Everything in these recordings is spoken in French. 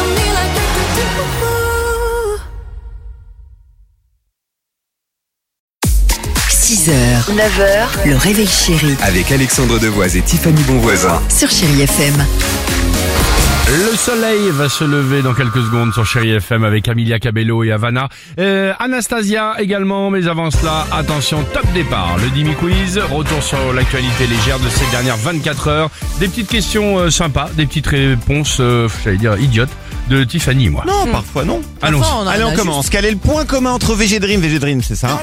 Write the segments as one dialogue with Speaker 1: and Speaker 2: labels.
Speaker 1: on me like do, do, do, do.
Speaker 2: 6h, 9h, le réveil chéri
Speaker 3: Avec Alexandre Devoise et Tiffany Bonvoisin.
Speaker 2: sur Chérie FM.
Speaker 4: Le soleil va se lever dans quelques secondes sur Chéri FM avec Amelia Cabello et Havana. Euh, Anastasia également, mais avant cela, attention, top départ. Le Dimi Quiz, retour sur l'actualité légère de ces dernières 24 heures. Des petites questions euh, sympas, des petites réponses, euh, j'allais dire, idiotes, de Tiffany, moi. Ah
Speaker 5: Non, parfois non.
Speaker 4: Allons-y.
Speaker 6: Hmm. Ah on en
Speaker 5: Allez,
Speaker 6: a
Speaker 5: on
Speaker 6: juste-
Speaker 5: commence. Quel est le point commun entre VG Dream VG Dream, c'est ça hein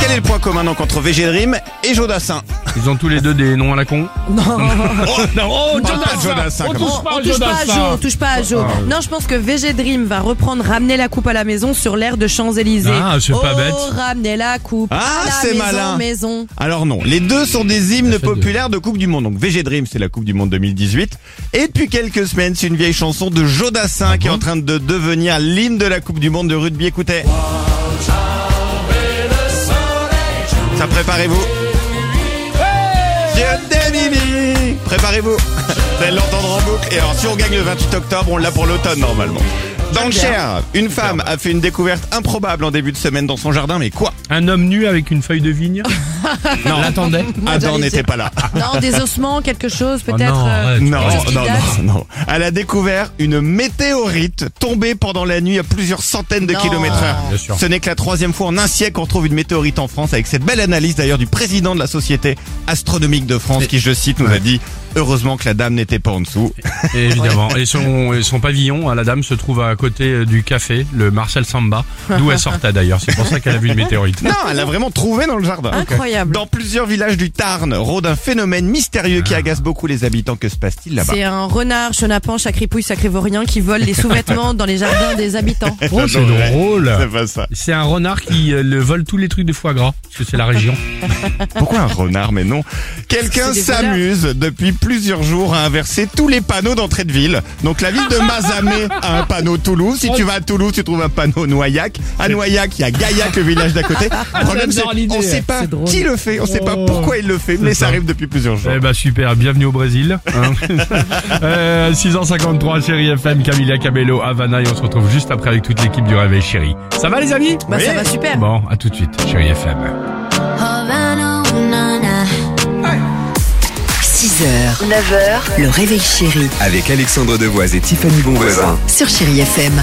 Speaker 5: Quel est le point commun donc entre VG Dream et Jodassin
Speaker 4: Ils ont tous les deux des noms à la con.
Speaker 6: Non,
Speaker 4: Oh, non, oh, Jodassin,
Speaker 5: Jodassin,
Speaker 4: on
Speaker 5: comment-
Speaker 4: touche pas
Speaker 6: on
Speaker 4: à
Speaker 6: touche pas à
Speaker 4: Jodassin.
Speaker 6: Jo, on touche pas à Jo.
Speaker 4: Ah, oui.
Speaker 6: Non, je pense que VG Dream va reprendre Ramener la coupe à la maison sur l'air de Champs-Élysées.
Speaker 4: Ah, c'est pas
Speaker 6: oh,
Speaker 4: bête.
Speaker 6: Ramener la coupe
Speaker 5: Ah,
Speaker 6: à la
Speaker 5: c'est
Speaker 6: maison,
Speaker 5: malin.
Speaker 6: maison.
Speaker 5: Alors non, les deux sont des hymnes
Speaker 4: fait deux.
Speaker 5: populaires de Coupe du Monde. Donc VG Dream, c'est la Coupe du Monde 2018. Et depuis quelques semaines, c'est une vieille chanson de Jodassin
Speaker 6: Ah
Speaker 5: qui est en train de devenir l'hymne de la Coupe du Monde de rugby. Écoutez. Ça préparez-vous. Dieu Mimi Préparez-vous. Vous allez l'entendre en boucle. Et alors, si on gagne le 28 octobre, on l'a pour l'automne normalement. Dans le Cher, une femme a fait une découverte improbable en début de semaine dans son jardin. Mais quoi
Speaker 4: Un homme nu avec une feuille de vigne. non. L'attendait.
Speaker 6: Moi,
Speaker 5: Adam
Speaker 6: j'allais
Speaker 5: Ah n'était
Speaker 6: dire-
Speaker 5: pas là.
Speaker 6: Non, des ossements, quelque chose peut-être.
Speaker 4: Ah. Oh non,
Speaker 6: euh,
Speaker 4: arrête.
Speaker 5: Non,
Speaker 6: quelque chose qui
Speaker 5: non,
Speaker 6: date.
Speaker 5: non, non. Elle a découvert une météorite tombée pendant la nuit à plusieurs centaines de
Speaker 6: Non.
Speaker 5: kilomètres heure.
Speaker 4: Bien sûr.
Speaker 5: Ce n'est que la troisième fois en un siècle qu'on retrouve une météorite en France avec cette belle analyse d'ailleurs du président de la Société Astronomique de France qui, je cite, nous a dit Heureusement que la dame n'était pas en dessous.
Speaker 4: Et évidemment. Et son, et son pavillon à la dame se trouve à côté euh, du café, le Marcel Samba, d'où elle sortait d'ailleurs. C'est pour ça qu'elle a vu une météorite.
Speaker 5: Non, elle l'a vraiment trouvé dans le jardin.
Speaker 4: euh,
Speaker 6: Incroyable.
Speaker 5: Dans plusieurs villages du Tarn rôde un phénomène mystérieux
Speaker 4: Ah.
Speaker 5: qui agace beaucoup les habitants. Que se passe-t-il là-bas
Speaker 6: C'est un renard, chenapan, chacripouille, sacrivorien qui vole les sous-vêtements dans les jardins des habitants.
Speaker 4: Oh, c'est
Speaker 5: J'adorerais.
Speaker 4: drôle.
Speaker 5: C'est pas ça.
Speaker 4: C'est un renard qui euh, le vole tous les trucs de foie gras, parce que c'est la région.
Speaker 5: Pourquoi un renard Mais non. Quelqu'un
Speaker 6: C'est des voleurs.
Speaker 5: s'amuse depuis plusieurs jours à inverser tous les panneaux d'entrée de ville. Donc la ville de Mazamet a un panneau Toulouse. Si tu vas à Toulouse, tu trouves un panneau Noyac. À Noyac, il y a Gaillac, le village d'à côté. Le problème, c'est
Speaker 4: J'adore l'idée.
Speaker 5: on sait pas
Speaker 6: C'est drôle.
Speaker 5: qui le fait, on sait pas
Speaker 4: Oh.
Speaker 5: pourquoi il le fait, mais
Speaker 4: ça.
Speaker 5: ça arrive depuis plusieurs jours.
Speaker 4: Eh ben super, bienvenue au Brésil. hein. Euh, 6h53, chérie FM, Camilla Cabello, Havana, et on se retrouve juste après avec toute l'équipe du Réveil Chérie. Ça va les amis
Speaker 6: Bah ça
Speaker 5: Oui.
Speaker 6: va super.
Speaker 4: Bon, à tout de suite, chérie FM.
Speaker 2: 6h, 9h, le réveil chéri
Speaker 3: Avec Alexandre Devoise et Tiffany Bonvoisin.
Speaker 2: sur Chérie FM.